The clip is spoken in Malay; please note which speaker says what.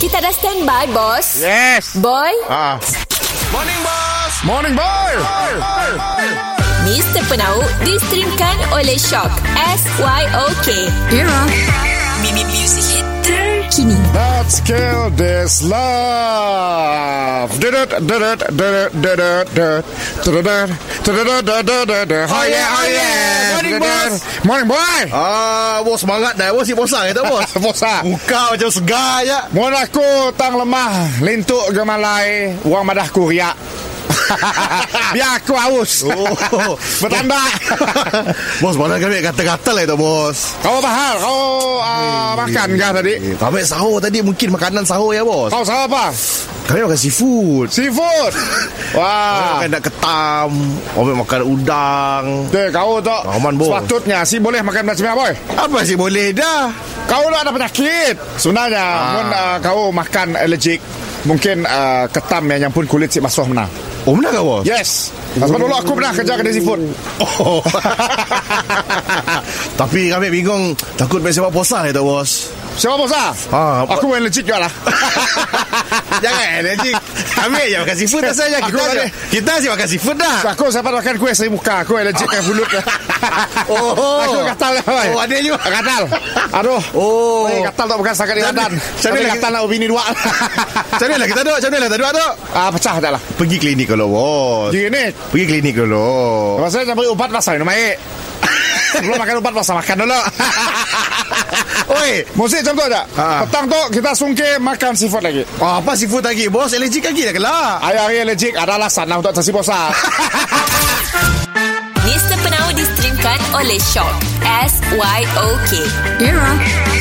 Speaker 1: Kita dah standby, bos.
Speaker 2: Yes.
Speaker 1: Boy,
Speaker 2: Ya. Ah.
Speaker 3: Morning Boss
Speaker 2: Morning boy.
Speaker 1: Mr. Penau distrimkan oleh Shock. S-Y-O-K. Era. Mimi Music Hit terkini.
Speaker 2: Let's kill this love. Dudut, dudut, dudut, dudut, dudut, dudut, dudut, dudut, dudut. Oh yeah, oh yeah.
Speaker 3: Morning,
Speaker 2: Dudut. Morning boy.
Speaker 3: Ah, bos semangat dah. Bos si bos lah, kata bos.
Speaker 2: Bos ah.
Speaker 3: Muka macam segar ya. je.
Speaker 2: Mun aku tang lemah, lintuk gemalai, wang madah kuriak. Biar aku haus.
Speaker 3: Oh.
Speaker 2: Bertanda.
Speaker 3: bos, mana kami kata-kata lah itu, bos.
Speaker 2: Kau apa hal? Kau uh, makan kah tadi?
Speaker 3: Eh, kami sahur tadi mungkin makanan sahur ya, bos.
Speaker 2: Kau sahur apa?
Speaker 3: Kami makan seafood.
Speaker 2: Seafood. Wah.
Speaker 3: Kami makan nak ketam. Kami makan udang.
Speaker 2: Dek, kau tak
Speaker 3: Rahman, Bo.
Speaker 2: Sepatutnya si boleh makan macam apa boy
Speaker 3: Apa sih boleh dah?
Speaker 2: Kau tak ada penyakit Sebenarnya ah. Mun uh, kau makan allergic Mungkin uh, ketam yang nyampun kulit si basuh menang
Speaker 3: Oh, benar ke, bos?
Speaker 2: Yes Sebab dulu aku pernah kerja kedai seafood
Speaker 3: Oh. Tapi kami bingung takut main sepak posah itu, bos.
Speaker 2: Siapa bosah?
Speaker 3: Ah, apa-
Speaker 2: aku allergic juga lah
Speaker 3: Jangan energi. Kami yang makan seafood tak saja
Speaker 2: Aku
Speaker 3: kita.
Speaker 2: tak ada.
Speaker 3: Kita sih makan seafood dah.
Speaker 2: Aku siapa makan kuih saya muka Aku allergic dengan mulut
Speaker 3: Oh.
Speaker 2: Aku gatal lah boy
Speaker 3: Oh, ada juga.
Speaker 2: Gatal Aduh
Speaker 3: Oh.
Speaker 2: Saya gatal tak bukan setakat di
Speaker 3: Jadi-
Speaker 2: badan
Speaker 3: jadi
Speaker 2: Tapi
Speaker 3: lagi-
Speaker 2: gatal nak bini dua
Speaker 3: Macam mana lah kita duk? Macam mana lah tak duk duk?
Speaker 2: Ah, Pecah tak lah
Speaker 3: Pergi klinik dulu, bos.
Speaker 2: Jadi ni
Speaker 3: Pergi klinik dulu.
Speaker 2: Lepas tu Oh. nak beri ubat pasal minum air Sebelum makan ubat pasal makan dulu
Speaker 3: Oi.
Speaker 2: Musik macam tu aja
Speaker 3: Ha.
Speaker 2: Petang tu kita sungkir makan seafood lagi
Speaker 3: Oh, apa seafood lagi, bos? Allergic lagi dah kelak.
Speaker 2: Ayah hari allergic ada alasan lah untuk sesi puasa
Speaker 1: Mr. Penau distrimkan oleh Shock. S-Y-O-K. Era.